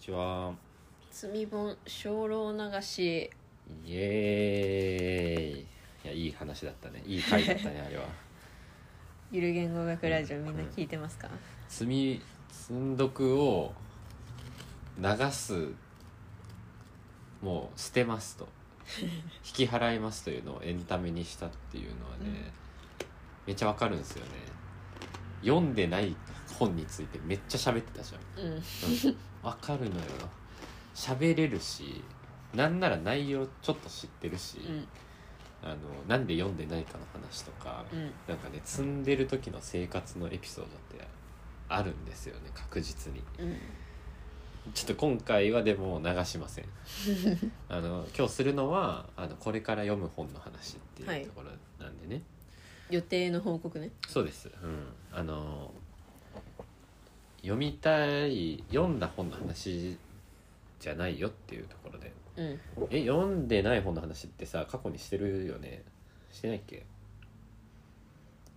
ちは罪本精霊流しイエーイいやいい話だったねいい回だったねあ れはゆる言語学ラジオみんな聞いてますか、積積んどくを流すもう捨てます と引き払いますというのをエンタメにしたっていうのはね、うんめっちゃわかるんですよね読んでない本についてめっちゃ喋ってたじゃんうん わかるのよ喋れるしなんなら内容ちょっと知ってるし、うんあのなんで読んでないかの話とか、うんなんかね積んでる時の生活のエピソードってあるんですよね確実にうんちょっと今回はでも流しま せんあの今日するのはあのこれから読む本の話ってはいいうところなんでね、予定の報告ねそうです、うん、あの読みたい読んだ本の話じゃないよっていうところでうんえ読んでない本の話ってさ過去にしてるよねしてないっけ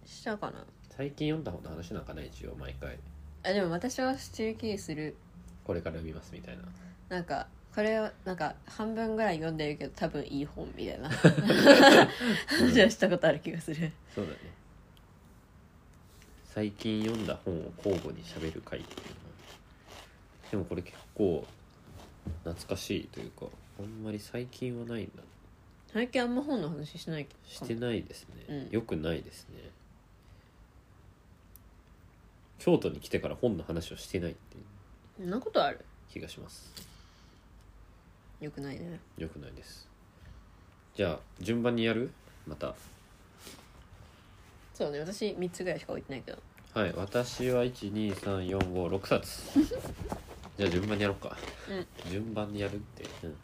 したかな最近読んだ本の話なんかない一応毎回あでも私はスチルキーするこれから読みますみたいななんかこれをなんか半分ぐらい読んでるけど多分いい本みたいな話はしたことある気がするそうだね最近読んだ本を交互に喋る回っていうのでもこれ結構懐かしいというかあんまり最近はないんだ最近あんま本の話しないかもしてないですね、うんよくないですね京都に来てから本の話をしてないっていうそんなことある気がしますよくないねよくないですじゃあ順番にやるまたそうね私3つぐらいしか置いてないけどはい私は12345冊じゃあ順番にやろうか、順番にやるって、うん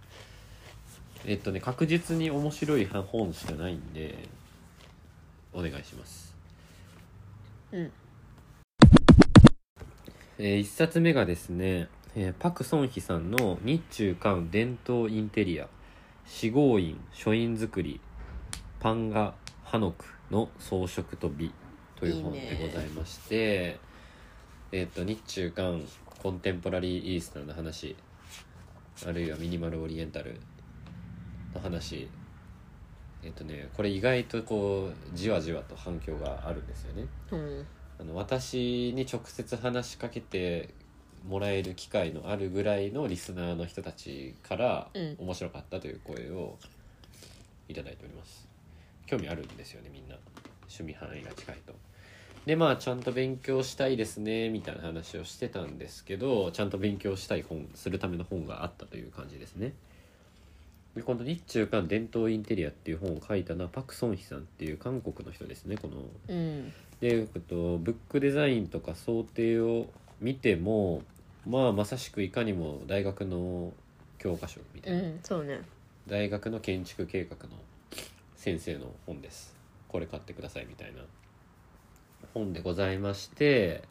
えっとね確実に面白い本しかないんでお願いしますうんえ1冊目がですね、えーパク・ソンヒさんの「日中韓伝統インテリア四合院書院作りパンガ・ハノクの装飾と美」という本いいでねございましてえっ、と日中韓コンテンポラリー・イースターの話あるいはミニマル・オリエンタルの話えっ、とねこれ意外とこうじわじわと反響があるんですよね。うんあの私に直接話しかけてもらえる機会のあるぐらいのリスナーの人たちからうん面白かったという声をいただいております興味あるんですよねみんな趣味範囲が近いとでまあちゃんと勉強したいですねみたいな話をしてたんですけどちゃんと勉強したい本するための本があったという感じですねでこの「日中韓伝統インテリア」っていう本を書いたのはパク・ソンヒさんっていう韓国の人ですねこのうんで、えっと、ブックデザインとか想定を見ても、まあ、まさしくいかにも大学の教科書みたういな、んそうね大学の建築計画の先生の本ですこれ買ってくださいみたいな本でございまして、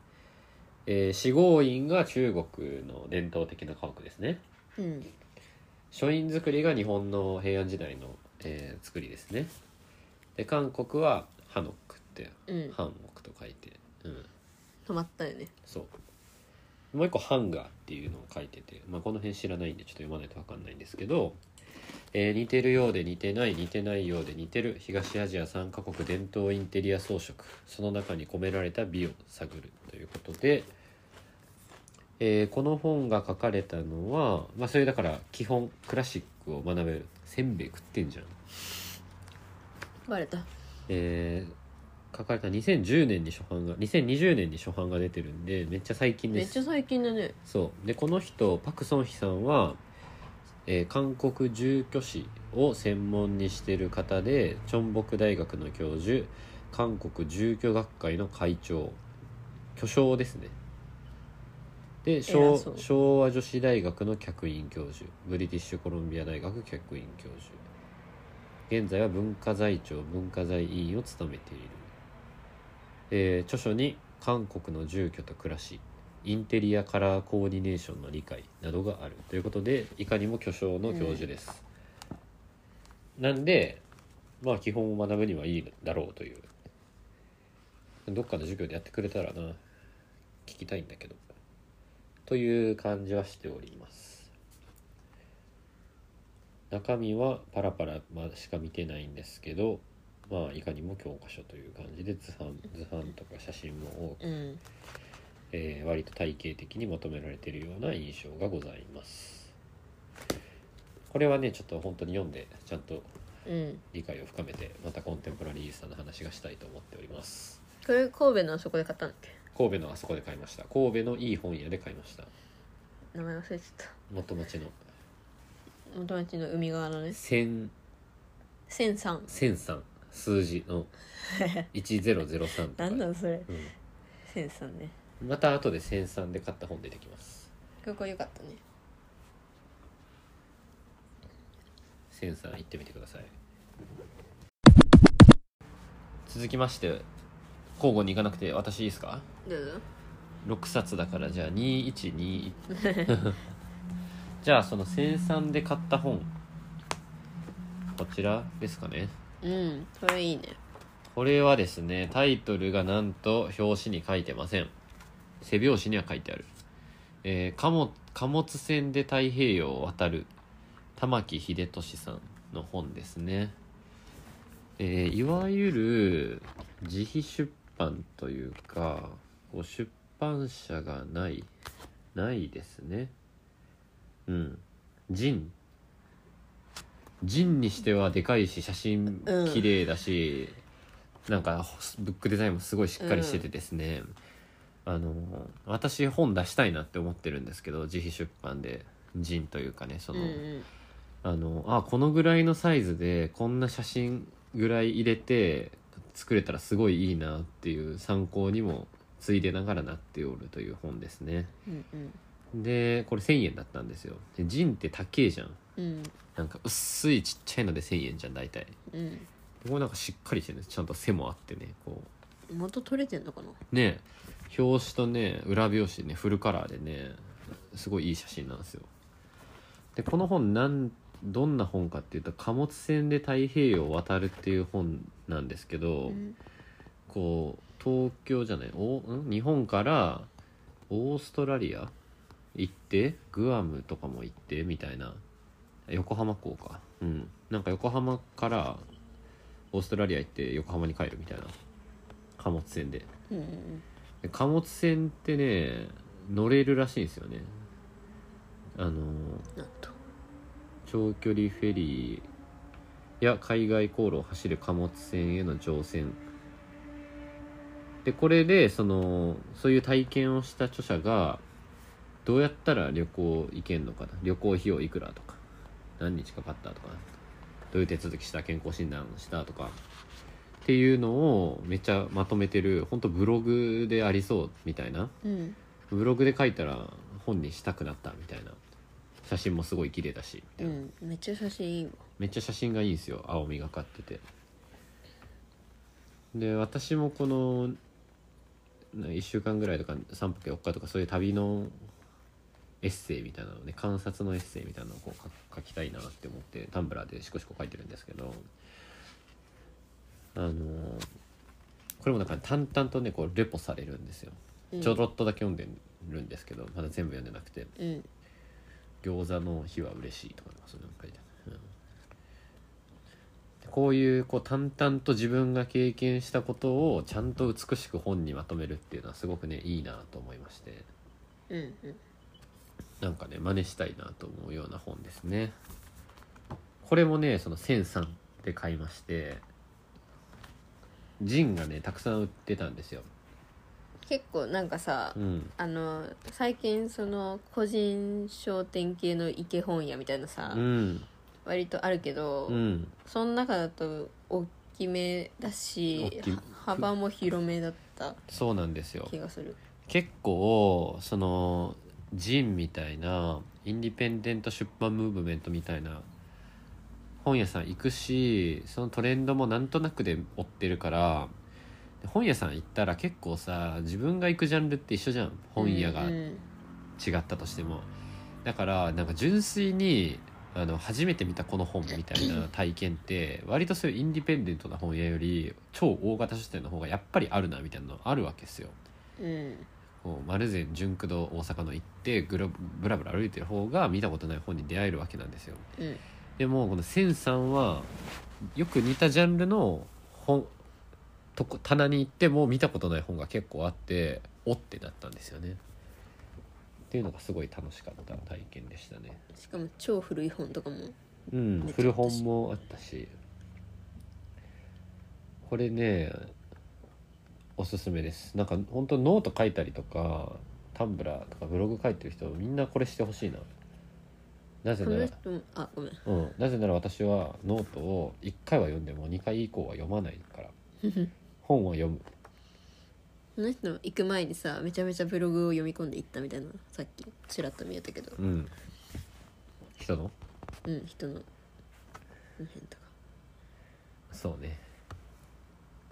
えー、四合院が中国の伝統的な家屋ですねうん書院造りが日本の平安時代の、えー作りですねで韓国はハノックってうんハンモクと書いて、うん、止まったよねそうもう一個「ハンガー」っていうのを書いてて、まあ、この辺知らないんでちょっと読まないと分かんないんですけど、えー似てるようで似てない似てないようで似てる東アジア3カ国伝統インテリア装飾その中に込められた美を探るということで、えーこの本が書かれたのは、まあ、それだから基本クラシックを学べるせんべい食ってんじゃんバレたえー書かれた2010年に初版が2020年に初版が出てるんでめっちゃ最近めでっすちゃ最近だねそうでこの人パク・ソンヒさんは、えー韓国住居史を専門にしてる方でチョンボク大学の教授韓国住居学会の会長巨匠ですねで偉昭そう昭和女子大学の客員教授ブリティッシュコロンビア大学客員教授現在は文化財庁文化財委員を務めている、えー著書に韓国の住居と暮らしインテリアカラーコーディネーションの理解などがあるということでいかにも巨匠の教授です、なんでまあ基本を学ぶにはいいだろうというどっかの授業でやってくれたらな聞きたいんだけどという感じはしております中身はパラパラましか見てないんですけどまあいかにも教科書という感じで図版図版とか写真も多く、うんえー割と体系的に求められているような印象がございますこれはねちょっと本当に読んでちゃんとうん理解を深めてまたコンテンポラリーイースターの話がしたいと思っておりますこれ神戸のあそこで買ったんだっけ神戸のあそこで買いました神戸のいい本屋で買いました名前忘れちゃっ元町のた元町の海側のね千千三千三数字 の一ゼロゼロ三となかんだそれう千三ねん、また後で千三で買った本出てきますここ良かったね千三行ってみてください続きまして交互に行かなくて私いいですかどうぞ6冊だからじゃあ2121 じゃあその千三で買った本こちらですかねうんこれいいねこれはですねタイトルがなんと表紙に書いてません背表紙には書いてある、えー貨物貨物船で太平洋を渡る玉木秀俊さんの本ですね、えーいわゆる自費出版というかこう出版社がないないですねうん人人にしてはでかいし写真うん綺麗だし、なんかブックデザインもすごいしっかりしててですね、あの私本出したいなって思ってるんですけど自費出版で人というかねそうんの、うんあのあこのぐらいのサイズでこんな写真ぐらい入れて作れたらすごいいいなっていう参考にもついでながらなっておるという本ですねうんうんでこれ1000円だったんですよでジンって高えじゃんうんなんか薄いちっちゃいので1000円じゃん大体うんこれなんかしっかりしてるねちゃんと背もあってねこ元取れてんのかなうね表紙とね裏表紙ねフルカラーでねすごいいい写真なんですよでこの本なんどんな本かっていうと「貨物船で太平洋を渡る」っていう本なんですけど、うんこう東京じゃないおん日本からオーストラリア行ってグアムとかも行ってみたいな横浜港かうんなんか横浜からオーストラリア行って横浜に帰るみたいな貨物船でうんうんで貨物船ってね乗れるらしいんですよねあのなんと長距離フェリーや海外航路を走る貨物船への乗船でこれでそのそういう体験をした著者がどうやったら旅行行けんのかな旅行費用いくらとか何日かかったとかどういう手続きした健康診断したとかっていうのをめっちゃまとめてる本当ブログでありそうみたいなうんブログで書いたら本にしたくなったみたいな写真もすごい綺麗だしみたういな、んめっちゃ写真いいわめっちゃ写真がいいんですよ青みがかっててで私もこの1週間ぐらいとか3泊4日とかそういう旅のエッセイみたいなのね観察のエッセイみたいなのをこう書書きたいなって思ってタンブラーでしこしこ書いてるんですけどあのこれもなんか淡々とねこうレポされるんですようんちょろっとだけ読んでるんですけどまだ全部読んでなくてうん餃子の日は嬉しいとかなんかそういうの書いてある、うんこういうこう淡々と自分が経験したことをちゃんと美しく本にまとめるっていうのはすごくねいいなと思いましてうんうんなんかね真似したいなと思うような本ですねこれもねその1003で買いましてジンがねたくさん売ってたんですよ結構なんかさうんあの最近その個人商店系の池本屋みたいなさ、うん割とあるけど、うんその中だと大きめだし大きいは幅も広めだったそうなんですよ気がする結構そのジンみたいなインディペンデント出版ムーブメントみたいな本屋さん行くしそのトレンドもなんとなくで追ってるから本屋さん行ったら結構さ自分が行くジャンルって一緒じゃん本屋がうんう違んったとしても、だからなんか純粋にあの初めて見たこの本みたいな体験って割とそういうインディペンデントな本屋より超大型書店の方がやっぱりあるなみたいなのあるわけですようんこう丸善純駆堂大阪の行ってぐらぶらぶら歩いてる方が見たことない本に出会えるわけなんですようんでもこの千さんはよく似たジャンルの本とこ棚に行っても見たことない本が結構あっておってなったんですよねっていうのがすごい楽しかった体験でしたねしかも超古い本とかもうん古本もあったしこれねおすすめですなんか本当ノート書いたりとかタンブラーとかブログ書いてる人みんなこれしてほしいななぜこなのら人もあごめんうん、なぜなら私はノートを1回は読んでも2回以降は読まない から本を読むこの人行く前にさめちゃめちゃブログを読み込んでいったみたいなさっきちらっと見えたけどうん人のうん人のこの辺とかそうね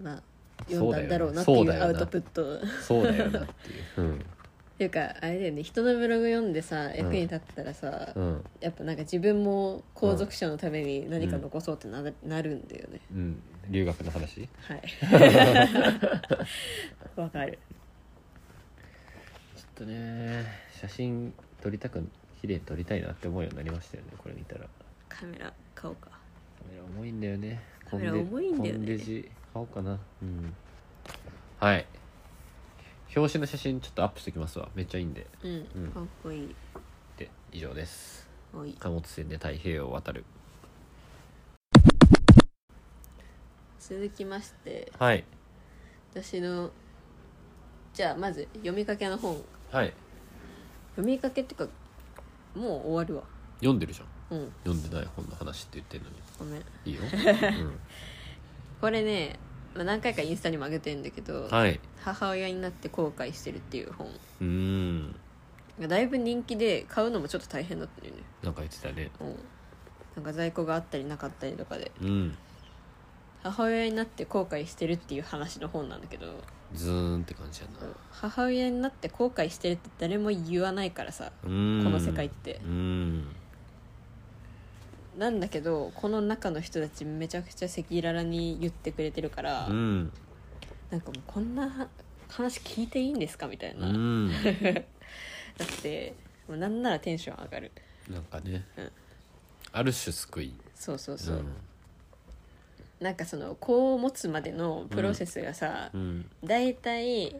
まあ読んだんだろうなってそいううだよなアウトプットっそうだよなっていううんて いうかあれだよね人のブログ読んでさ役に立ったらさ、うんやっぱなんか自分も後続者のために何か残そうってな,、なるんだよねうん留学の話はい わかるちょっとね写真撮りたく綺麗に撮りたいなって思うようになりましたよねこれ見たらカカメラ買おうかメラ重いんだよねカメラ重いんだよコンねデジ買おうかなうんはい表紙の写真ちょっとアップしてきますわめっちゃいいんでうん、うんかっこいいで以上ですおい貨物船で太平洋を渡る続きましてはい私のじゃあまず読みかけの本はい読みかけっていうかもう終わるわ読んでるじゃんうん読んでない本の話って言ってるのにごめんいいよ、これね、まあ、何回かインスタにも上げてんだけど、うん、はい母親になって後悔してるっていう本うーんがだいぶ人気で買うのもちょっと大変だったよねなんか言ってたねうんなんか在庫があったりなかったりとかでうん母親になって後悔してるっていう話の本なんだけどズーンって感じやな母親になって後悔してるって誰も言わないからさうこーんの世界ってうーんなんだけどこの中の人たちめちゃくちゃ赤裸々に言ってくれてるから、うんなんかもうこんな話聞いていいんですかみたいうな、だんってもうなんならテンション上がるなんかね、うんある種救いそうそうそう、んなんかその子を持つまでのプロセスがさ、うん大体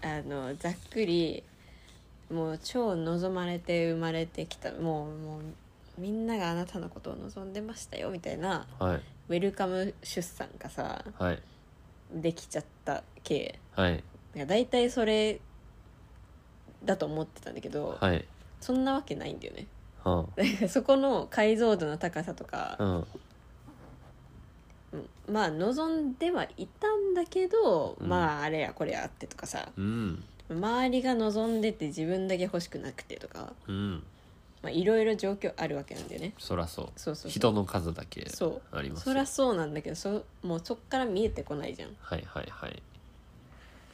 あのざっくりもう超望まれて生まれてきたもうもうみんながあなたのことを望んでましたよみたいなはいウェルカム出産がさはいできちゃった系はいなんか大体それだと思ってたんだけど、はいそんなわけないんだよねはなんかそこの解像度の高さとかあ、うんうんまあ望んではいたんだけど、うんまああれやこれやあってとかさうん周りが望んでて自分だけ欲しくなくてとかうんまあいろいろ状況あるわけなんだよねそらそうそうそう人の数だけそうありますそりゃそうなんだけどそもうそっから見えてこないじゃんはいはいはい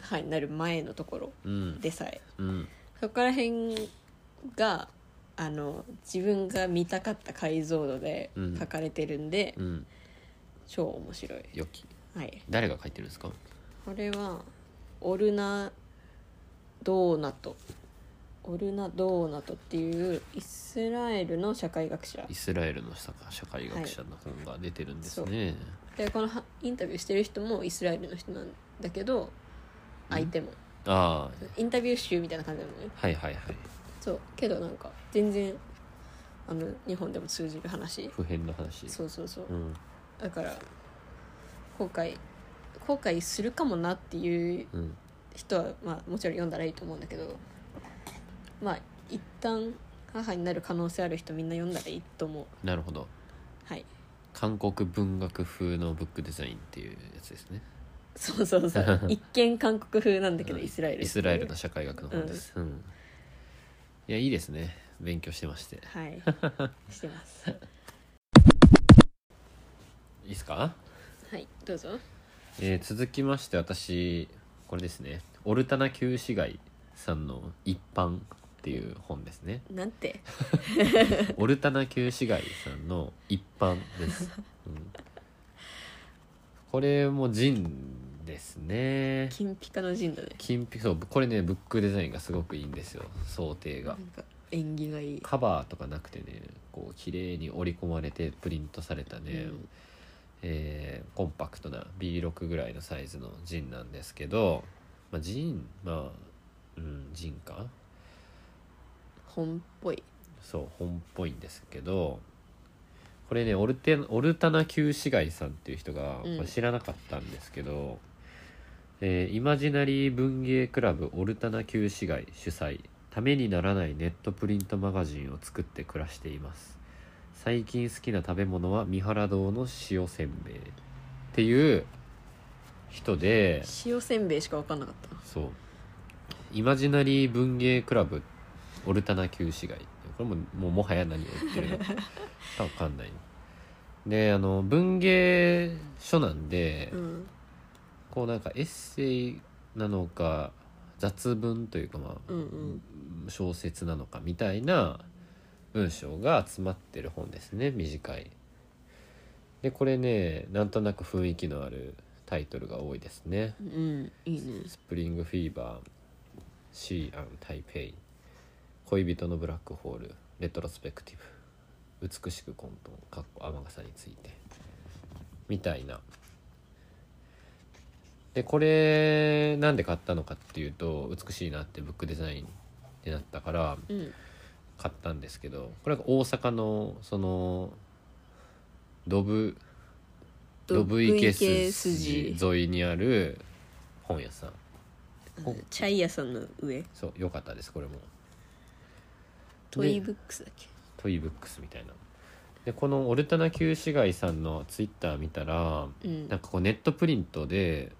はいなる前のところうんでさえうんそこら辺があの自分が見たかった解像度でうん書かれてるんで、うん超面白い良きはい誰が書いてるんですかこれはオルナドーナトオルナ・ドーナトっていうイスラエルの社会学者イスラエルの社社会学者の本が出てるんですね、でこのはインタビューしてる人もイスラエルの人なんだけど相手もあインタビュー集みたいな感じなのねあはいはいはいそうけどなんか全然あの日本でも通じる話普遍の話そうそうそううんだから後悔後悔するかもなっていううん人は、まあ、もちろん読んだらいいと思うんだけどまあ一旦母になる可能性ある人みんな読んだらいいと思うなるほどはい韓国文学風のブックデザインっていうやつですねそうそうそう 一見韓国風なんだけどうんイスラエルイスラエルの社会学の本です、うんいやいいですね勉強してましてはいしてますいいですか、はいどうぞえー続きまして私これですねオルタナ旧市街さんの「一般」っていう本ですねなんてオルタナ旧市街さん の一般です、うんこれもジンですね金ピカの陣だね金ピそうこれねブックデザインがすごくいいんですよ想定ながんか縁起がいいカバーとかなくてねこう綺麗に織り込まれてプリントされたね、うんえーコンパクトな B6 ぐらいのサイズのジンなんですけど、まあ、ジンまあうんジンか本っぽいそう本っぽいんですけどこれねオルテオルタナ旧市街さんっていう人がうんこれ知らなかったんですけど、えーイマジナリー文芸クラブオルタナ旧市街主催ためにならないネットプリントマガジンを作って暮らしています最近好きな食べ物は三原堂の塩せんべいっていう人で塩せんべいしか分かんなかったそうイマジナリー文芸クラブオルタナ旧市街これももうもはや何を言ってるの か分かんないであの文芸書なんで、うんこうなんかエッセイなのか雑文というかまあ、うんうん小説なのかみたいな文章が詰まってる本ですね短いでこれねなんとなく雰囲気のあるタイトルが多いですね、うんいいねスプリングフィーバー、シーアン台北、恋人のブラックホール、レトロスペクティブ、美しく混沌、かっこ雨傘について、みたいな。で、これ、なんで買ったのかっていうと、美しいなってブックデザインってなったから、うん買ったんですけど、これが大阪の、その、ドブ、ドブ池筋沿いにある本屋さん。うんチャイ屋さんの上そう良かったですこれもトイでブックスだっけトイブックスみたいなでこのオルタナ旧市街さんのツイッター見たらうんなんかこうネットプリントで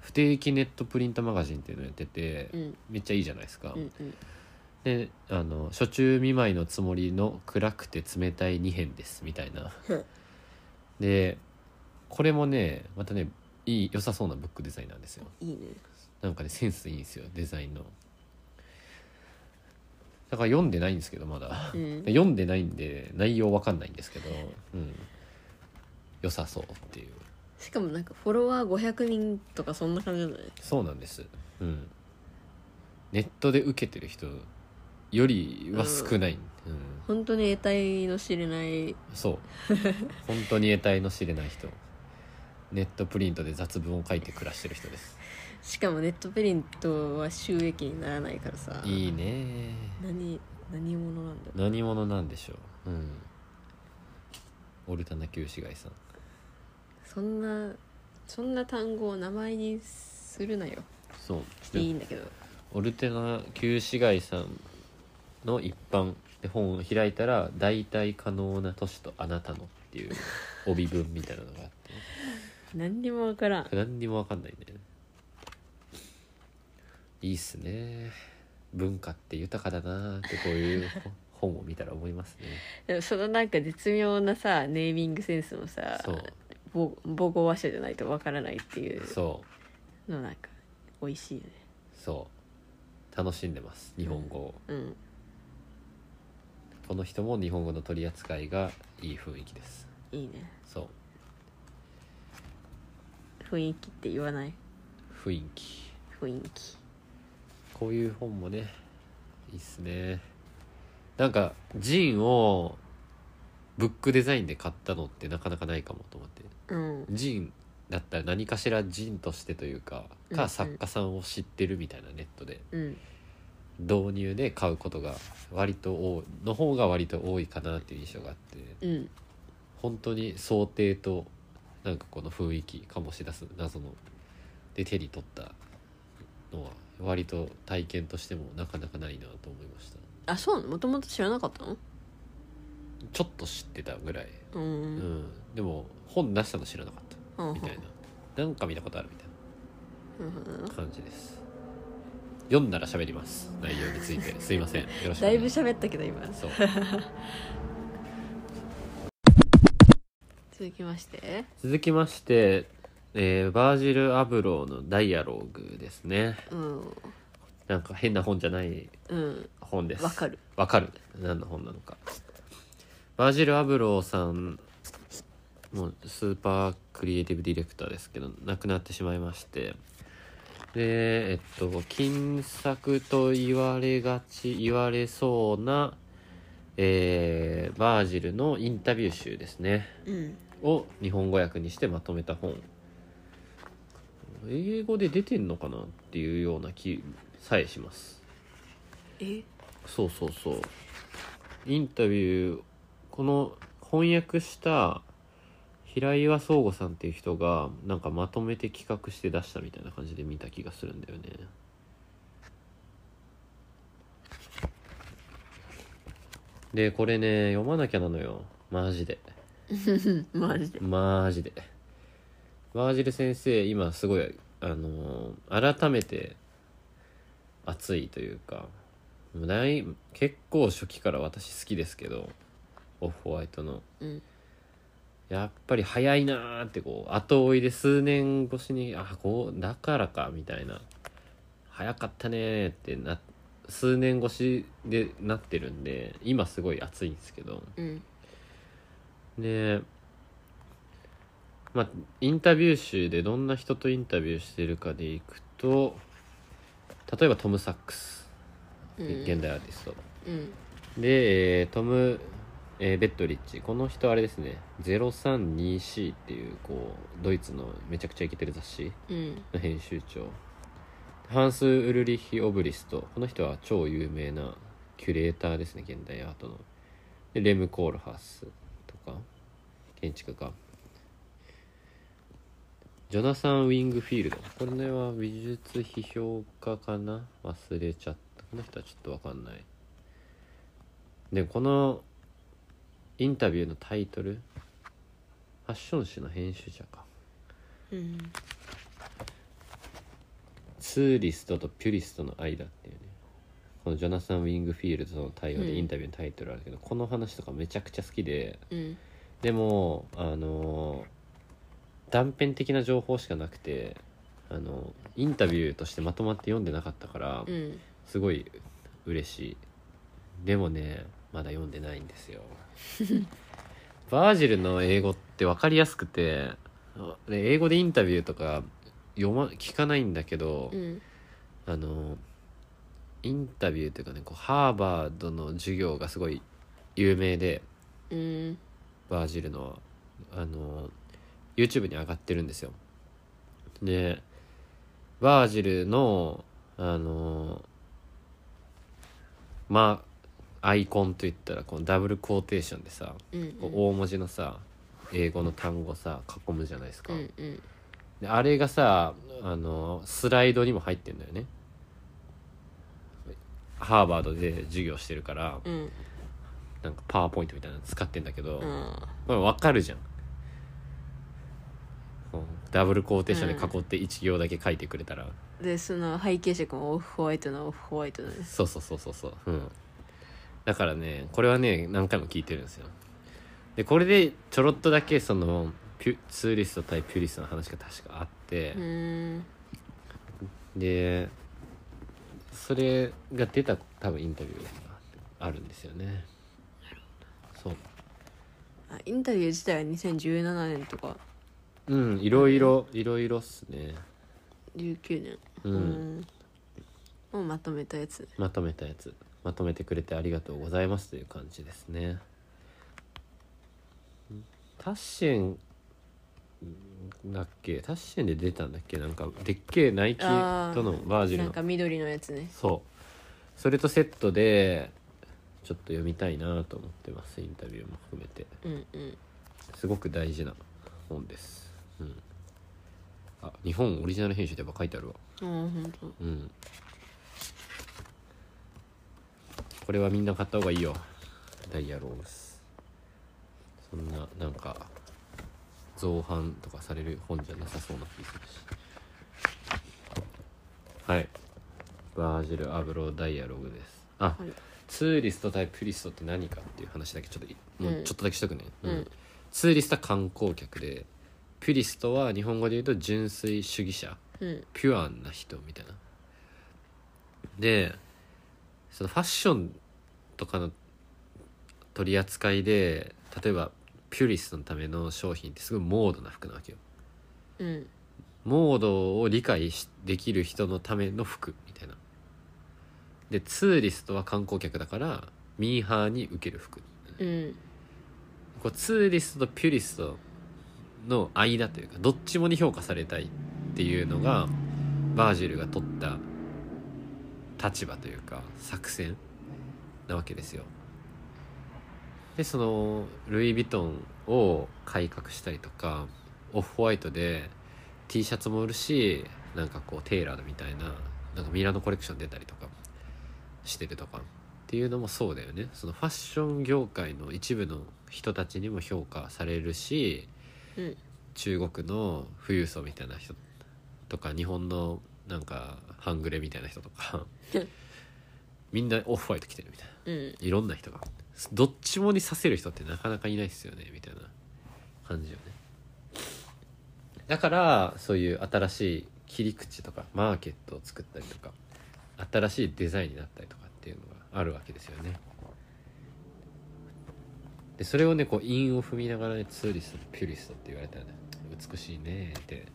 不定期ネットプリントマガジンっていうのやってて、うんめっちゃいいじゃないですか、うんうんであの「初中見舞いのつもりの暗くて冷たい2編です」みたいなうんでこれもねまたねいい良さそうなブックデザインなんですよいいねなんかねセンスいいんですよデザインのだから読んでないんですけどまだ、うん読んでないんで内容わかんないんですけど、うん、良さそうっていうしかもなんかフォロワー500人とかそんな感じじゃないそうなんです、うん、ネットで受けてる人よりは少ない、うん本当に得体の知れないそう 本当に得体の知れない人ネットプリントで雑文を書いて暮らしてる人ですしかもネットプリントは収益にならないからさいいね何何者なんだろ何者なんでしょう、うん、オルタナ旧市街さんうそんなそんな単語を名前にするなよそうしていいんだけどオルテナ旧市街さんの一般で本を開いたら「代替可能な都市とあなたの」っていう帯文みたいなのがあっ何にもわからんて何にも分かんないねいいっすね文化って豊かだなーってこういうほ本を見たら思いますねでもそのなんか絶妙なさネーミングセンスもさそうぼ母語話者じゃないとわからないっていうそうのなんか美味しいよねそう楽しんでます日本語をうんこの人も日本語の取り扱いがいい雰囲気ですいいねそう雰囲気って言わない雰囲気雰囲気こういう本もねいいっすねなんかジンをブックデザインで買ったのってなかなかないかもと思ってうんジンだったら何かしらジンとしてというかうんうかん作家さんを知ってるみたいなネットでうん導入で買うことが割と多いの方が割と多いかなっていう印象があってうん本当に想定となんかこの雰囲気醸し出す謎ので手に取ったのは割と体験としてもなかなかないなと思いましたあそうなのもともと知らなかったのちょっと知ってたぐらい、ううんんでも本出したの知らなかっうたんみたいななんか見たことあるみたいうんな感じです読んだら喋ります内容についてすいませんよろしくおだ願いいぶしま喋ったけど今すそう続きまして続きまして、えーバージル・アブローの「ダイアローグ」ですねうんなんか変な本じゃないうん本ですわかるわかる何の本なのかバージル・アブローさんもうスーパークリエイティブディレクターですけど亡くなってしまいましてでえっと金作と言われがち言われそうな、えーバージルのインタビュー集ですねうんを日本語訳にしてまとめた本英語で出てんのかなっていうような気さえしますえ そうそうそうインタビューこの翻訳した平岩壮吾さんっていう人がなんかまとめて企画して出したみたいな感じで見た気がするんだよねでこれね読まなきゃなのよマジでマジでマジでバージル先生今すごいあのー改めて熱いというかもう大結構初期から私好きですけどオフホワイトのうんやっぱり早いなーってこう後追いで数年越しにあこうだからかみたいな早かったねーってな数年越しでなってるんで今すごい熱いんですけどうんでまあインタビュー集でどんな人とインタビューしてるかでいくと例えばトム・サックスうん現代アーティスト、うんで、えートム、えーベッドリッチこの人あれですね 032C っていうこうドイツのめちゃくちゃイケてる雑誌うんの編集長ハンス・ウルリヒ・オブリストこの人は超有名なキュレーターですね現代アートのでレム・コールハスとか建築家ジョナサン・ウィングフィールドこれは美術批評家かな忘れちゃったこの人はちょっとわかんないでこのインタビューのタイトルファッション誌の編集者かうんツーリストとピュリストの間っていうねこのジョナサン・ウィングフィールドの対応うんでインタビューのタイトルあるけど、この話とかめちゃくちゃ好きでうんでもあのー断片的な情報しかなくてあのインタビューとしてまとまって読んでなかったから、うんすごい嬉しいでもねまだ読んでないんですよ バージルの英語って分かりやすくてあで英語でインタビューとか読ま聞かないんだけど、うんあのインタビューというかねこうハーバードの授業がすごい有名でうんバージルのあの YouTube に上がってるんですよでバージルのあのまあアイコンといったらこのダブルクォーテーションでさうんこう大文字のさ英語の単語さ囲むじゃないですか、うんうんであれがさあのスライドにも入ってんだよねハーバードで授業してるからうんなんかパワーポイントみたいなの使ってんだけど、あこれ分かるじゃんこうダブルコーテーションで囲って1行だけ書いてくれたら、ーでその背景色もオフホワイトのオフホワイトのねそうそうそうそうそううんだからねこれはね何回も聞いてるんですよでこれでちょろっとだけそのピュツーリスト対ピュリストの話が確かあって、うーんでそれが出た多分インタビューがあるんですよねそうあインタビュー自体は2017年とかうんいろいろいろいろっすね19年うんうんをまとめたやつまとめたやつまとめてくれてありがとうございますという感じですねタッシェンだっけタッシェンで出たんだっけなんかでっけえナイキとあーのバージルなのんか緑のやつねそうそれとセットでちょっと読みたいなと思ってますインタビューも含めてうんうんすごく大事な本です、うん、あ日本オリジナル編集ってやっぱ書いてあるわああほんとうんこれはみんな買った方がいいよダイヤローズそんななんか造反とかされる本じゃなさそうな気するしはいバージル・アブロー・ダイアログですあ、はいツーリスト対プリストって何かっていう話だけちょっといもううんちょっとだけしとくね、うんツーリストは観光客でプリストは日本語で言うと純粋主義者うんピュアな人みたいなでそのファッションとかの取り扱いで例えばピュリストのための商品ってすごいモードな服なわけようんモードを理解しできる人のための服みたいなでツーリストは観光客だからミーハーに受ける服うんこうツーリストとピュリストの間というかどっちもに評価されたいっていうのがバージルが取った立場というか作戦なわけですよ。でそのルイ・ヴィトンを改革したりとかオフホワイトで T シャツも売るしなんかこうテイラードみたいななんかミラノコレクション出たりとかしてるとかっていうのもそうだよねそのファッション業界の一部の人たちにも評価されるしうん中国の富裕層みたいな人とか日本のなんか半グレみたいな人とかみんなオフホワイト着てるみたいなうんいろんな人がどっちもにさせる人ってなかなかいないですよねみたいな感じよねだからそういう新しい切り口とかマーケットを作ったりとか新しいデザインになったりとかっていうのがあるわけですよねでそれをねこう韻を踏みながらねツーリストとピュリストって言われたらね美しいねって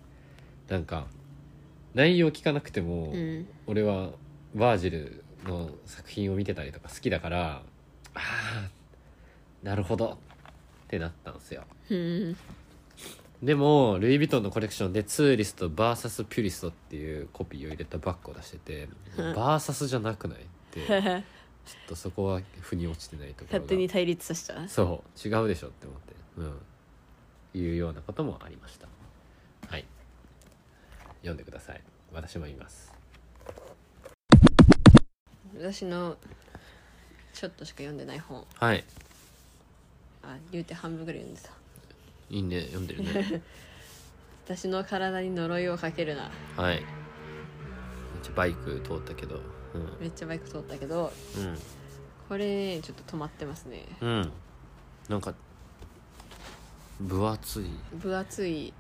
なんか内容聞かなくても、うん俺はバージルの作品を見てたりとか好きだからああなるほどってなったんですようんでもルイ・ヴィトンのコレクションでツーリスト VS ピュリストっていうコピーを入れたバッグを出しててうんバーサスじゃなくないってちょっとそこは腑に落ちてないところ勝が手 に対立させたそう違うでしょって思ってうんいうようなこともありましたはい読んでください私も言います私のちょっとしか読んでない本はいあ言うて半分ぐらい読んでたいいね読んでるね私の体に呪いをかけるなはいめっちゃバイク通ったけどうめっちゃバイク通ったけどんこれねちょっと止まってますねうんうんなんか分厚い分厚い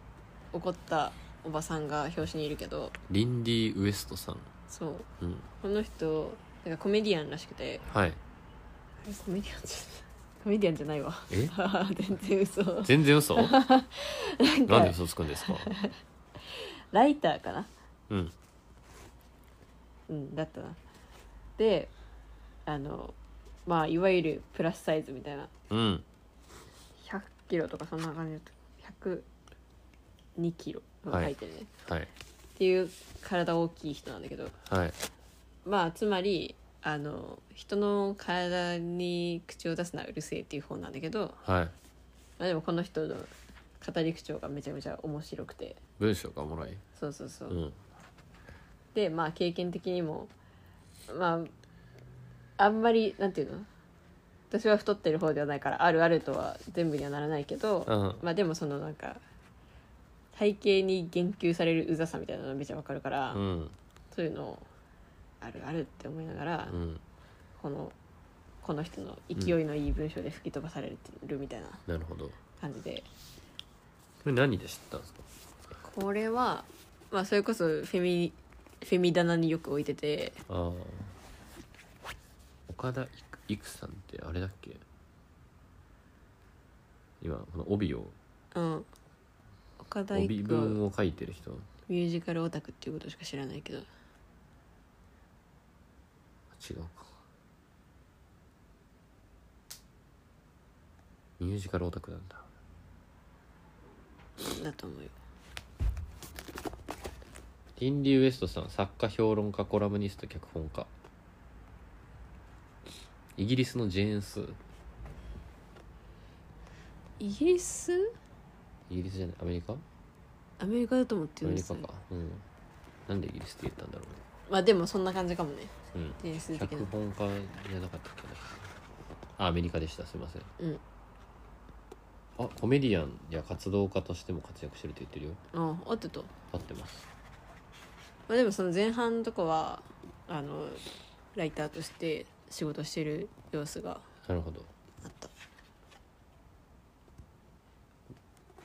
怒ったおばさんが表紙にいるけどリンディ・ウエストさんそううんこの人なんかコメディアンらしくてはいコメディアンじゃないコメディアンじゃないわ え全然嘘全然嘘 なんなんでか嘘つくんですかライターかなうんうんだったなであのまあいわゆるプラスサイズみたいなうん100キロとかそんな感じの102キロが書いてるね、はいっていう体大きい人なんだけどはいまあつまりあの人の体に口を出すのはうるせえっていう本なんだけど、はいまあ、でもこの人の語り口調がめちゃめちゃ面白くて文章がおもろいそうそうそう、うんでまあ経験的にもまああんまりなんていうの私は太ってる方ではないからあるあるとは全部にはならないけど、うんまあでもそのなんか体型に言及されるうざさみたいなのがめちゃわかるから、うんそういうのをあるあるって思いながら、うんこのこの人の勢いのいい文章で吹き飛ばされるみたいななるほどこ感じでれ何で知ったんですかこれは、まあ、それこそフェミフェミ棚によく置いててああ岡田育さんってあれだっけ今この帯をうん岡田帯一は文を書いてる人ミュージカルオタクっていうことしか知らないけど違うかミュージカルオタクなんだだと思うよリンディ・ウエストさん作家評論家コラムニスト脚本家イギリスのジェーンスーイギリスイギリスじゃないアメリカアアメリカだと思ってるメんリでカすかうんなんでイギリスって言ったんだろまあでもそんな感じかもねうねうんジェンス的脚な本家じゃなかったっけなあアメリカでしたすいませんうんあコメディアンや活動家としても活躍してるって言ってるよあ合ってたま合ってますあでもその前半のとこはあのライターとして仕事してる様子がなるほどあった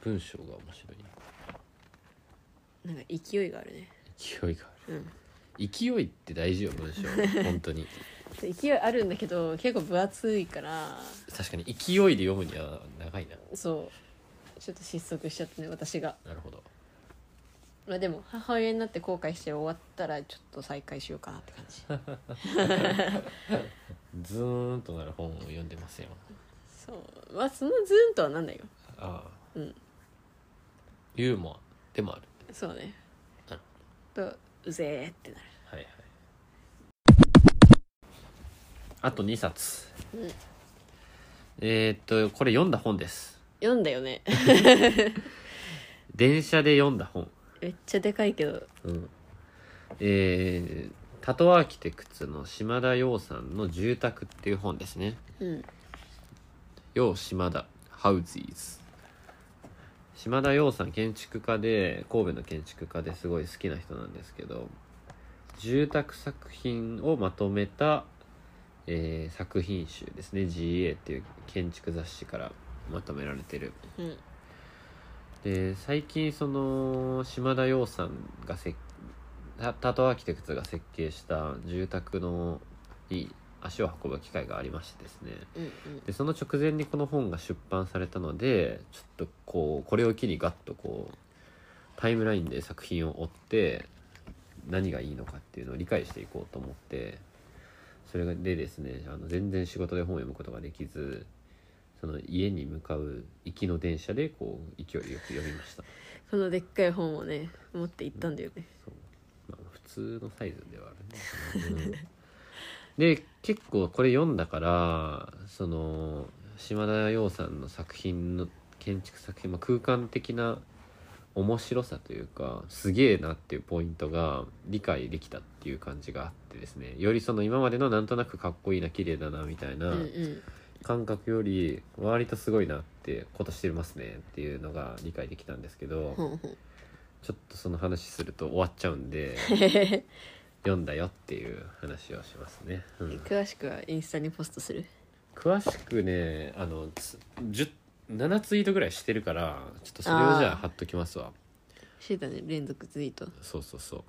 文章が面白いなんか勢いがあるね勢いがあるうん 勢いって大事よ文章本当に勢いあるんだけど結構分厚いから確かに勢いで読むには長いなそうちょっと失速しちゃったね私がなるほどまあでも母親になって後悔して終わったらちょっと再開しようかなって感じズーンとなる本を読んでますよそうまあそのズーンとはなんだよああうんユーモアでもあるそうねなるとうぜーってなるはいはいあと2冊、うんえーっとこれ読んだ本です読んだよね 電車で読んだ本、めっちゃでかいけどうんえータトアーキテクツの島田洋さんの「住宅」っていう本ですねうん洋島田ハウジーズ島田洋さん建築家で神戸の建築家ですごい好きな人なんですけど住宅作品をまとめた、えー作品集ですね GA っていう建築雑誌からまとめられてるうんで最近その島田洋さんがせタタトアーキテクツが設計した住宅のに足を運ぶ機会がありましてですねうんでその直前にこの本が出版されたのでちょっとこうこれを機にガッとこうタイムラインで作品を追って何がいいのかっていうのを理解していこうと思ってそれでですねあの全然仕事で本を読むことができずその家に向かう行きの電車でこう勢いよく読みました、このでっかい本をね持って行ったんだよねまあ、普通のサイズではあるね、うんで結構これ読んだからその島田洋さんの作品の建築作品、まあ、空間的な面白さというかすげえなっていうポイントが理解できたっていう感じがあってですねよりその今までのなんとなくかっこいいな綺麗だなみたいなうんうん感覚より割とすごいなってことしてますねっていうのが理解できたんですけどほんほんちょっとその話すると終わっちゃうんで読んだよっていう話をしますね。うん詳しくはインスタにポストする詳しくねあのつ10 7ツイートぐらいしてるからちょっとそれをじゃああー貼っときますわしてたね連続ツイートそうそうそう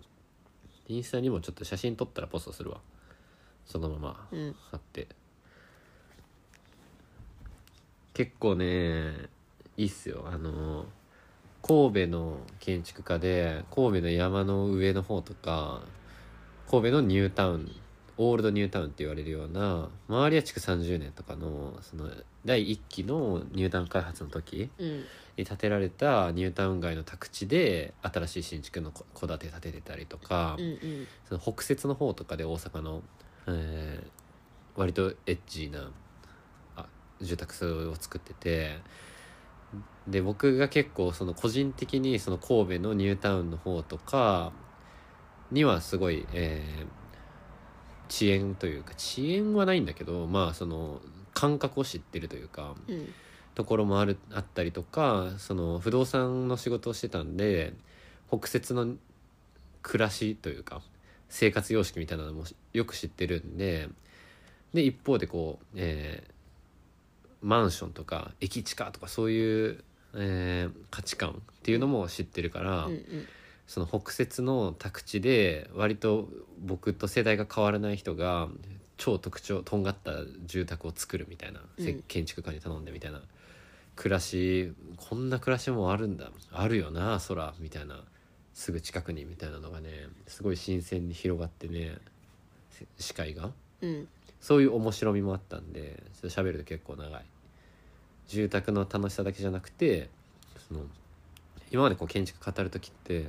インスタにもちょっと写真撮ったらポストするわそのままうん貼って、結構ねいいっすよあの神戸の建築家で神戸の山の上の方とか神戸のニュータウンオールドニュータウンって言われるような周りは築30年とかのその第1期のニュータウン開発の時うんに建てられたニュータウン街の宅地で新しい新築のこ戸建て建ててたりとか、うんうんその北節の方とかで大阪の、えー割とエッジーなあ住宅を作っててで僕が結構その個人的にその神戸のニュータウンの方とかにはすごい、えー遅延というか遅延はないんだけどまあその感覚を知ってるというか。うんところもあるあったりとかその不動産の仕事をしてたんで北節の暮らしというか生活様式みたいなのもよく知ってるんでで一方でこう、えーマンションとか駅地下とかそういう、えー価値観っていうのも知ってるから、うんうんその北節の宅地で割と僕と世代が変わらない人が超特徴とんがった住宅を作るみたいな、せうん建築家に頼んでみたいな暮らしこんな暮らしもあるんだあるよな空みたいなすぐ近くにみたいなのがねすごい新鮮に広がってねせ視界がうんそういう面白みもあったんでちょっと喋ると結構長い住宅の楽しさだけじゃなくてその今までこう建築語る時って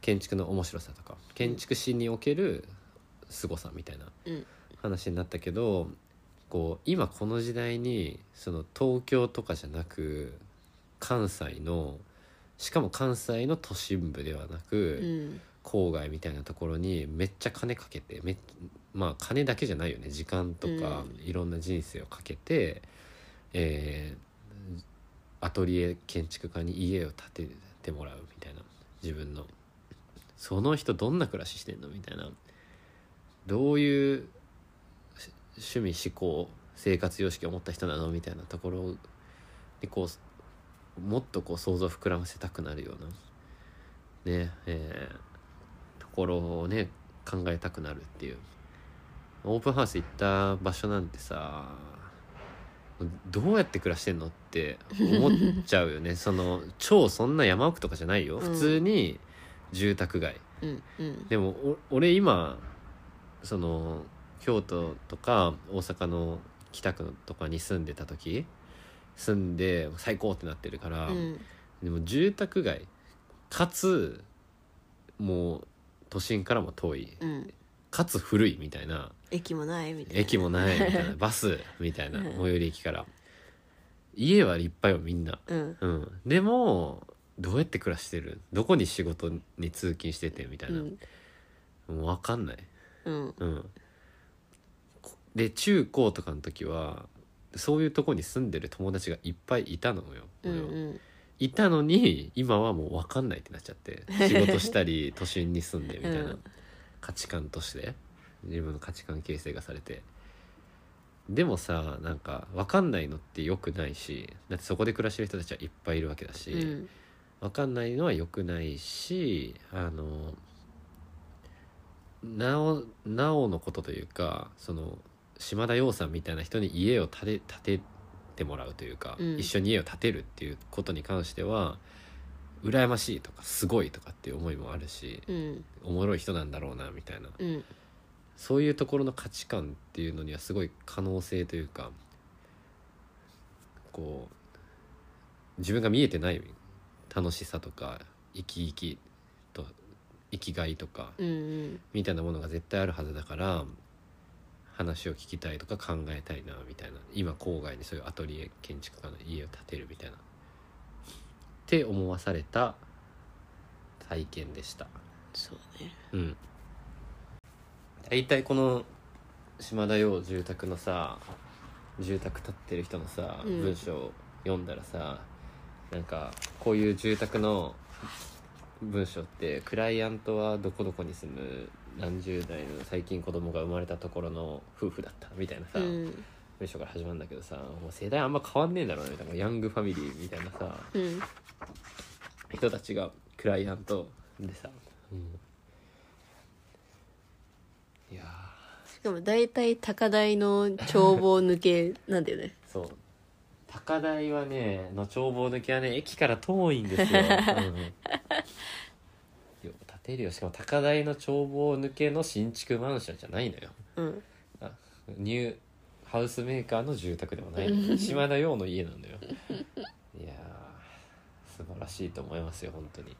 建築の面白さとか建築史における凄さみたいなうん話になったけどこう今この時代にその東京とかじゃなく関西のしかも関西の都心部ではなく、うん郊外みたいなところにめっちゃ金かけてめっまあ金だけじゃないよね時間とかういろんな人生をかけて、えーアトリエ建築家に家を建ててもらうみたいな自分のその人どんな暮らししてんのみたいなどういうし趣味思考生活様式を持った人なのみたいなところでこうもっとこう想像膨らませたくなるようなねえーところをね考えたくなるっていうオープンハウス行った場所なんてさどうやって暮らしてんのって思っちゃうよねその超そんな山奥とかじゃないようん普通に住宅街、うんうんでもお俺今その京都とか大阪の北区のとかに住んでた時住んで最高ってなってるから、うんでも住宅街かつもう都心からも遠いうんかつ古いみたいな駅もないみたいな駅もないみ たいなバスみたいな最寄り駅から家は立派よみんなうんうんでもどうやって暮らしてるどこに仕事に通勤しててみたいうな、んもう分かんないうんうんこで中高とかの時はそういうとこに住んでる友達がいっぱいいたのよ、う俺はんいたのに今はもう分かんないってなっちゃって仕事した り都心に住んでみたいな、うん価値観として自分の価値観形成がされてでもさなんか分かんないのって良くないしだってそこで暮らしてる人たちはいっぱいいるわけだし、うんうん分かんないのは良くないしあのなおなおのことというかその島田洋さんみたいな人に家を建て建ててもらうというか、うん一緒に家を建てるっていうことに関しては羨ましいとかすごいとかっていう思いもあるしうんおもろい人なんだろうなみたいなうんそういうところの価値観っていうのにはすごい可能性というかこう自分が見えてない楽しさとか生き生きと生きがいとかうんみたいなものが絶対あるはずだから話を聞きたいとか考えたいなみたいな今郊外にそういうアトリエ建築家の家を建てるみたいなって思わされた体験でした。そうねうん大体この島田洋住宅のさ住宅建ってる人のさ、うん文章を読んだらさなんかこういう住宅の文章ってクライアントはどこどこに住む何十代の最近子供が生まれたところの夫婦だったみたいなさ、うん文章から始まるんだけどさもう世代あんま変わんねえんだろうねみたいなヤングファミリーみたいなさうん人たちがクライアントでさ、いやしかも大体高台の眺望抜けなんだよねーそう高台はねの眺望抜きはね駅から遠いんです よ、うん、よ建てるよしかも高台の眺望抜けの新築マンションじゃないのようんニューハウスメーカーの住宅でもない島田洋の家なんだよいやー素晴らしいと思いますよ本当に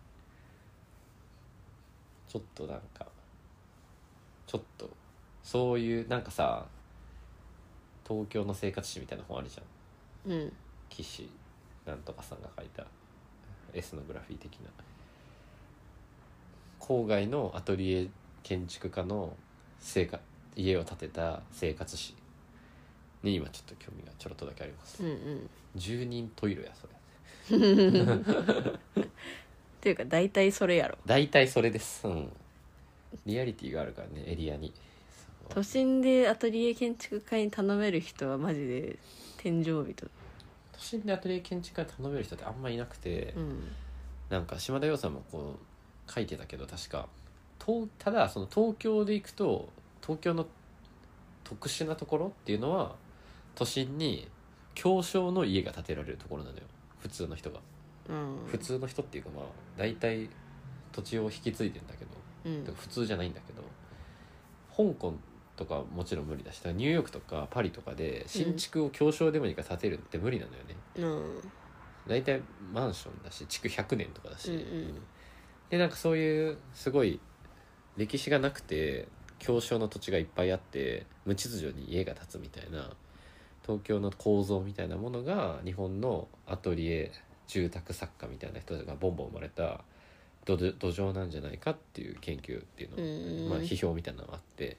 ちょっとなんかちょっとそういうなんかさ東京の生活史みたいな本あるじゃんうん岸なんとかさんが書いたエスノグラフィー的な郊外のアトリエ建築家の生活家を建てた生活史に今ちょっと興味がちょろっとだけありますうんうん住人トイレやそれっていうか大体それやろ大体それですうんリアリティがあるからねエリアに都心でアトリエ建築家に頼める人はマジで天井人都心でアトリエ建築家に頼める人ってあんまいなくて、うんなんか島田洋さんもこう書いてたけど確か東ただその東京で行くと東京の特殊なところっていうのは都心に狭小の家が建てられるところなのよ普通の人が、うん普通の人っていうかまあ大体土地を引き継いでんだけどうん普通じゃないんだけど香港とかはもちろん無理だしだからニューヨークとかパリとかで新築を狭小でもいいから建てるって無理なのよね、うん大体マンションだし築100年とかだし、うんうんでなんかそういうすごい歴史がなくて狭小の土地がいっぱいあって無秩序に家が建つみたいな東京の構造みたいなものが日本のアトリエ住宅作家みたいな人がボンボン生まれた土土壌なんじゃないかっていう研究っていうの、うんまあ、批評みたいなのがあって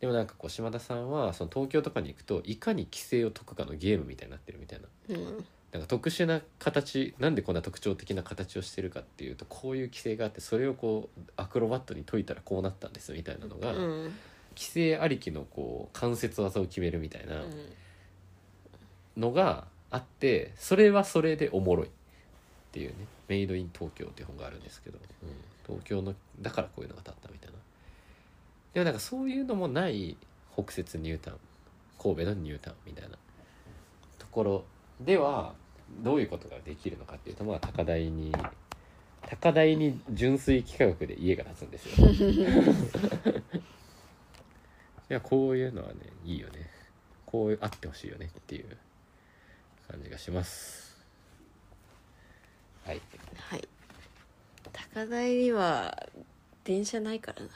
でもなんかこう島田さんはその東京とかに行くといかに規制を解くかのゲームみたいになってるみたいな。うんなんか特殊な形なんでこんな特徴的な形をしてるかっていうとこういう規制があってそれをこうアクロバットに解いたらこうなったんですみたいなのが、うん規制ありきのこう関節技を決めるみたいなのがあってそれはそれでおもろいっていうね「メイドイン東京」っていう本があるんですけど、うん東京のだからこういうのが立ったみたいな。でもなんかそういうのもない北摂ニュータウン神戸のニュータウンみたいなところではどういうことができるのかっていうとまあ高台に高台に純粋幾何学で家が建つんです よ。いやこういうのはねいいよねこういうあってほしいよねっていう感じがします。はいはい高台には電車ないからな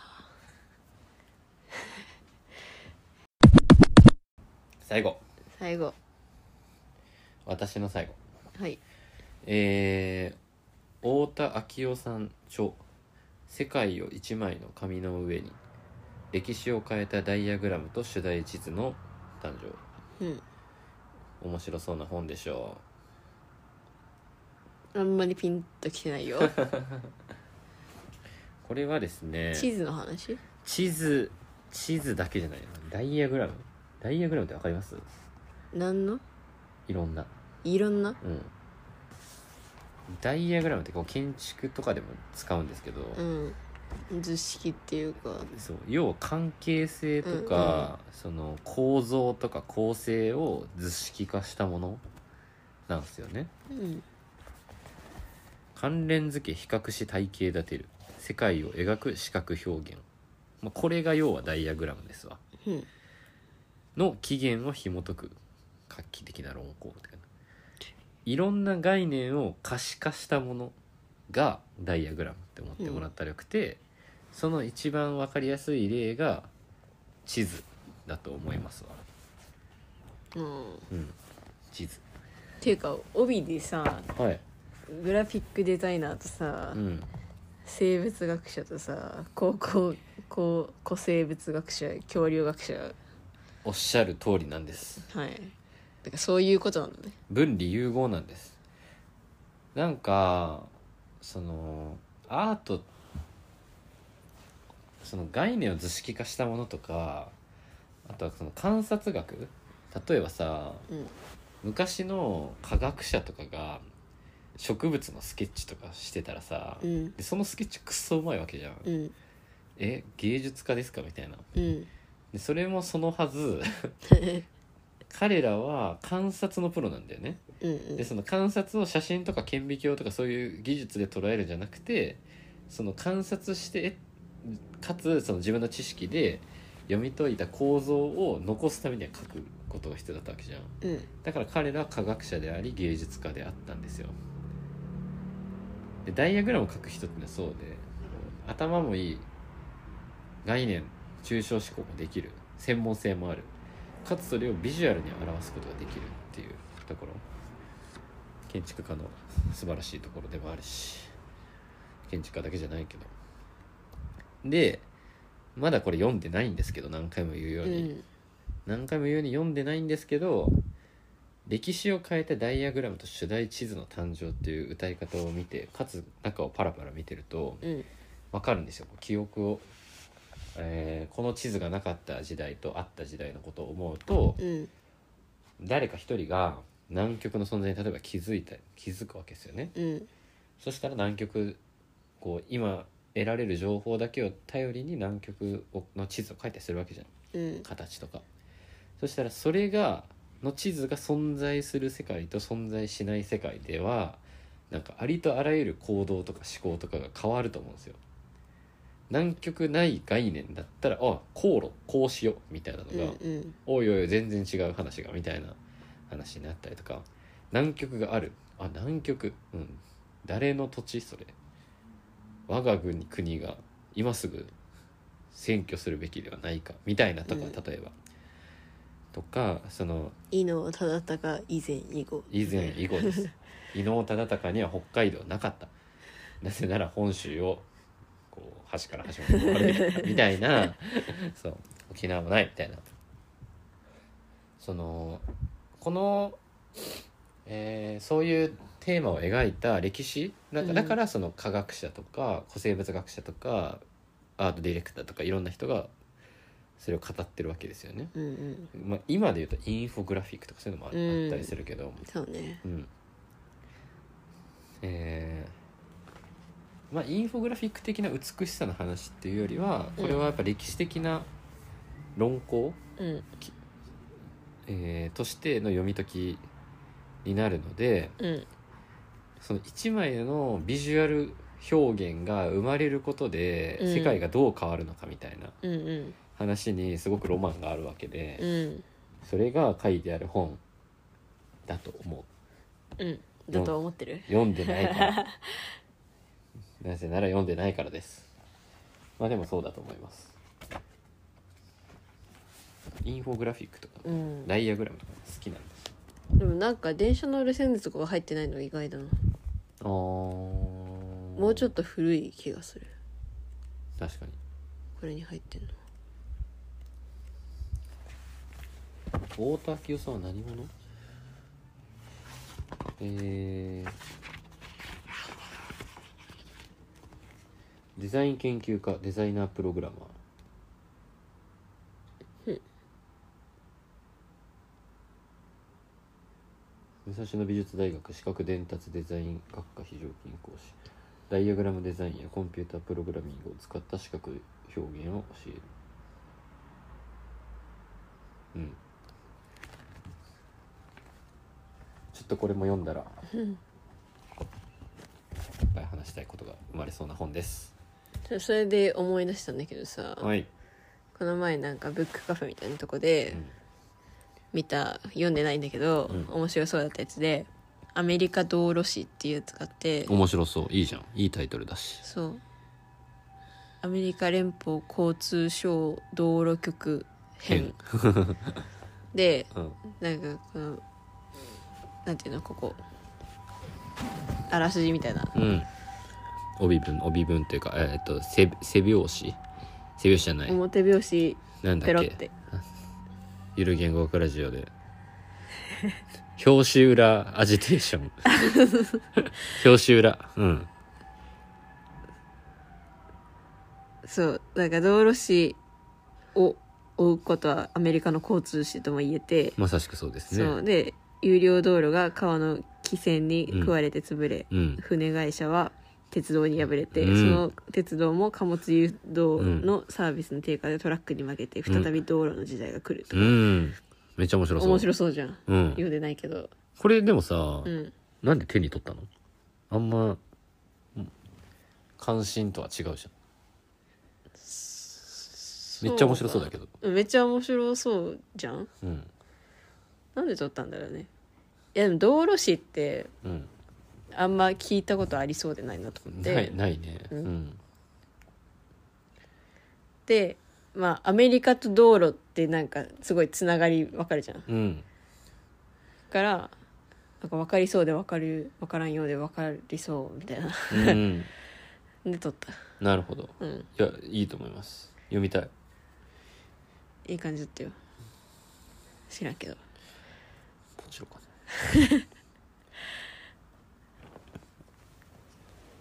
最後最後私の最後はいえー、太田昭夫さん著「世界を一枚の紙の上に」歴史を変えたダイアグラムと主題地図の誕生うん面白そうな本でしょあんまりピンときてないようこれはですね地図の話地図地図だけじゃないなダイアグラムダイアグラムってわかります何のいろんないろんなうんダイアグラムってこう建築とかでも使うんですけど、うん図式っていうかそう要は関係性とか、その構造とか構成を図式化したものなんですよねうん関連付け比較し体系立てる世界を描く視覚表現、まあ、これが要はダイアグラムですわうんの起源を紐解く画期的な論考みたいないろんな概念を可視化したものがダイアグラムって思ってもらったらよくて、その一番わかりやすい例が地図だと思いますわ、うんっうん、地図ていうか帯でさはい、グラフィックデザイナーとさ、うん、生物学者とさ高校高古生物学者恐竜学者おっしゃる通りなんですはいだからそういうことなのね分離融合なんですなんかそのアートその概念を図式化したものとかあとはその観察学例えばさうん昔の科学者とかが植物のスケッチとかしてたらさ、うんでそのスケッチクソうまいわけじゃん、うんえ芸術家ですかみたいなうん でそれもそのはず彼らは観察のプロなんだよねうんでその観察を写真とか顕微鏡とかそういう技術で捉えるんじゃなくてその観察してかつその自分の知識で読み解いた構造を残すためには書くことが必要だったわけじゃんうんうんだから彼らは科学者であり芸術家であったんですよでダイアグラムを書く人ってのはそうで頭もいい概念抽象思考もできる専門性もあるかつそれをビジュアルに表すことができるっていうところ建築家の素晴らしいところでもあるし建築家だけじゃないけどでまだこれ読んでないんですけど何回も言うよううに、ん何回も言うように読んでないんですけど歴史を変えたダイアグラムと主題地図の誕生っていう歌い方を見てかつ中をパラパラ見てるとうん分かるんですよ記憶を、えーこの地図がなかった時代とあった時代のことを思うとうん誰か一人が南極の存在に例えば気づいた気づくわけですよねうんそしたら南極こう今得られる情報だけを頼りに南極をの地図を書いたりするわけじゃんうん形とかそしたらそれがの地図が存在する世界と存在しない世界ではなんかありとあらゆる行動とか思考とかが変わると思うんですよ南極ない概念だったらあ航路こうしようみたいなのが、うんおいおい全然違う話がみたいな話になったりとか南極があるあ南極うん誰の土地それ我が国国が今すぐ占拠するべきではないかみたいなとかうん例えば、とかその伊能忠敬以前以後以前以後です伊能忠敬には北海道はなかったなぜなら本州をこう端から端まで回れてきたみたいなそう沖縄もないみたいなそのこの、えーそういうテーマを描いた歴史なんかうんだからその科学者とか古生物学者とかアートディレクターとかいろんな人がそれを語ってるわけですよね。うんうんまあ、今で言うとインフォグラフィックとかそういうのもあうんあったりするけど、そうねうんえーまあインフォグラフィック的な美しさの話っていうよりはこれはやっぱ歴史的な論考、うんえーとしての読み解きになるのでうんその一枚のビジュアル表現が生まれることでうん世界がどう変わるのかみたいなうんうん話にすごくロマンがあるわけで、うんそれが書いてある本だと思ううんだと思ってる読んでないからなぜなら読んでないからですまあでもそうだと思いますインフォグラフィックとかうんダイアグラムとか好きなんですでもなんか電車の路線図とかが入ってないのが意外だなあももうちょっとと古い気がする確かにこれに入ってんの太田明夫さんは何者えーデザイン研究家デザイナープログラマー武蔵野美術大学視覚伝達デザイン学科非常勤講師ダイアグラムデザインやコンピュータープログラミングを使った視覚表現を教えるうんちょっとこれも読んだらいっぱい話したいことが生まれそうな本です。ちょそれで思い出したんだけどさ、はい。この前なんかブックカフェみたいなとこで見た読んでないんだけど、うん面白そうだったやつで「アメリカ道路誌」っていうやつがあって面白そう。いいじゃん。いいタイトルだし。そうアメリカ連邦交通省道路局編 でうん。なんかこのなんていうのここあらすじみたいなうん。帯文、帯文というか、えーっと、背、背拍子。背拍子じゃない。表拍子なんだペロっっけ。てゆる言語学ラジオで。表紙裏アジテーショ ン。表紙裏。うん。そうなんか道路誌を追うことはアメリカの交通誌とも言えて、まさしくそうですそうね。で有料道路が川の汽船に食われて潰れ、うん。船会社は鉄道に敗れて、うんその鉄道も貨物誘導のサービスの低下でトラックに負けて再び道路の時代が来るとうか、ん。めっちゃ面白そう。面白そうじゃんうん。読んでないけどこれでもさ、うんなんで手に取ったのあんま、関心とは違うじゃんめっちゃ面白そうだけどどめっちゃ面白そうじゃんうんなんで撮ったんだろうねいやでも道路誌ってうんあんま聞いたことありそうでないなと思ってないないねう、うんんでまあアメリカと道路ってなんかすごいつながり分かるじゃんうんからなんか分かりそうで分かる分からんようで分かりそうみたいな うん、で撮ったなるほどうんいやいいと思います読みたいいい感じだったよ知らんけどポチろかな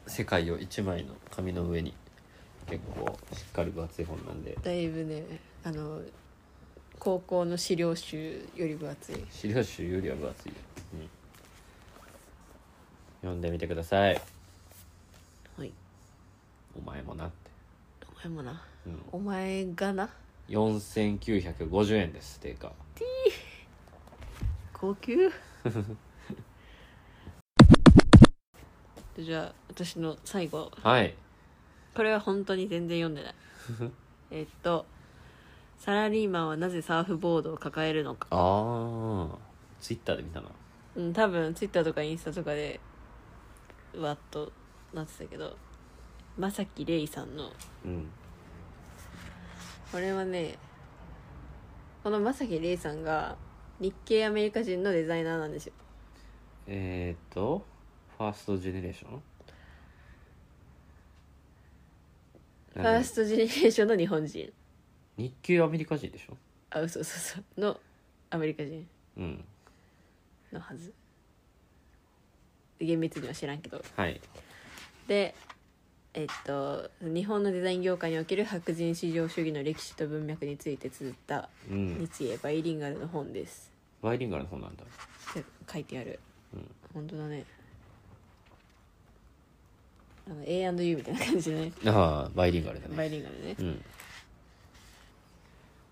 世界を一枚の紙の上に結構しっかり分厚い本なんでだいぶねあの高校の資料集より分厚い資料集よりは分厚いよ、うん、読んでみてくださいはいお前もなって、お前もなうん、お前がな4950円です定価 高級じゃあ私の最後はいこれは本当に全然読んでないえっと「サラリーマンはなぜサーフボードを抱えるのかああツイッターで見たな」うん多分ツイッターとかインスタとかでうわっとなってたけどまさきれいさんのうんこれはねこのまさきれいさんが日系アメリカ人のデザイナーなんですよえー、っとファーストジェネレーションファーストジェネレーションの日本人日系アメリカ人でしょあ嘘そうそうのアメリカ人うんのはず厳密には知らんけどはいでえっと日本のデザイン業界における白人至上主義の歴史と文脈について綴ったうん日英バイリンガルの本ですバイリンガルの方なんだって書いてある、うん本当だねあの A&U みたいな感じのねああバイリンガルだバねイリンガルね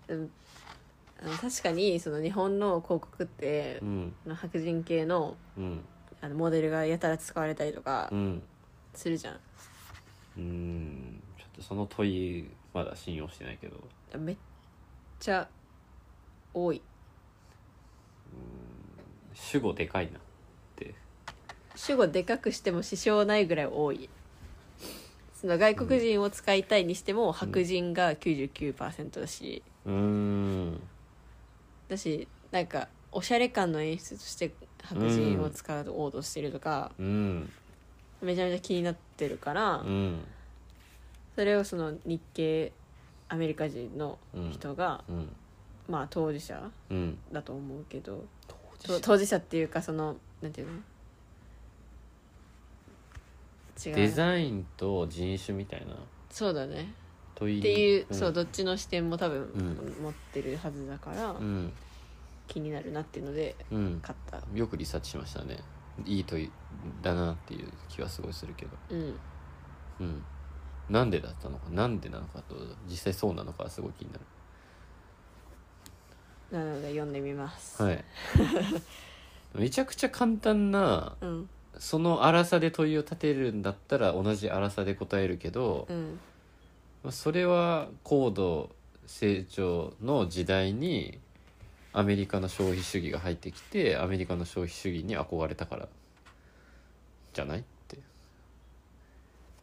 うんうんあの確かにその日本の広告ってうんあの白人系のうんあのモデルがやたら使われたりとかうんするじゃん、うんちょっとその問いまだ信用してないけどめっちゃ多い主語でかいなって主語でかくしても支障ないぐらい多いその外国人を使いたいにしても白人が99%だし、うんだしなんかおしゃれ感の演出として白人を使おうとしてるとか、うんめちゃめちゃ気になってるかうら、んそれをその日系アメリカ人の人が、うんまあ当事者うんだと思うけど当と当事者っていうかそのなんていうの違デうザインと人種みたいなそうだね問いっていう、んそうどっちの視点も多分、う持ってるはずだから、うん気になるなっていうのでうん買ったよくリサーチしましたねいい問いだなっていう気はすごいするけどうんうんなんでだったのかなんでなのかと実際そうなのかはすごい気になるなので読んでみま す、はいめちゃくちゃ簡単なうんその粗さで問いを立てるんだったら同じ粗さで答えるけど、うんまあそれは高度成長の時代にアメリカの消費主義が入ってきてアメリカの消費主義に憧れたからじゃないって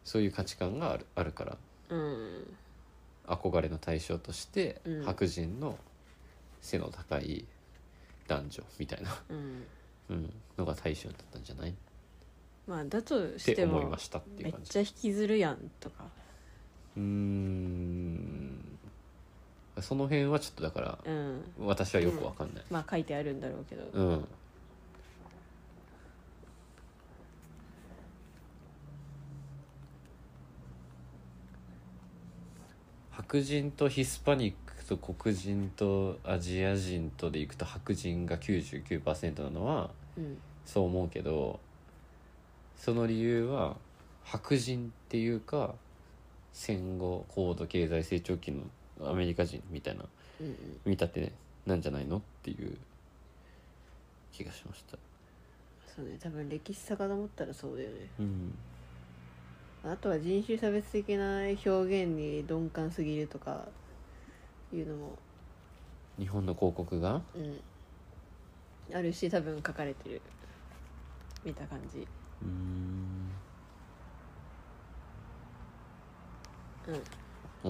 そういう価値観があるあるからうん憧れの対象としてうん白人の背の高い男女みたいな、 うんうん、のが対象だったんじゃないっまあだとしてて思いもましたっていめうっ感じちゃ引きずるやんとかうーんその辺はちょっとだからうん私はよくわかんない、まあ書いてあるんだろうけど、うん白人とヒスパニックと黒人とアジア人とでいくと白人が99%なのはうんそう思うけどその理由は白人っていうか戦後高度経済成長期のアメリカ人みたいなうん見立て、なんじゃないのっていう気がしました。そうね多分歴史遡ったらそうだよねうんあとは人種差別的な表現に鈍感すぎるとかいうのも、日本の広告がうん、あるし多分書かれてる見た感じうんうん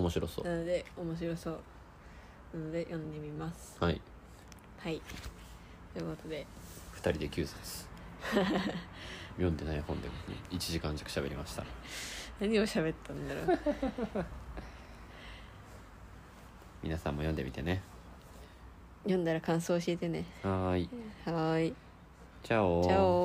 面白そう、なので面白そうなので読んでみますはいはいということで2人で9冊読んでない本でもね1時間弱喋りました何を喋ったんだろう皆さんも読んでみてね読んだら感想教えてねはーいはーいチャオチャオ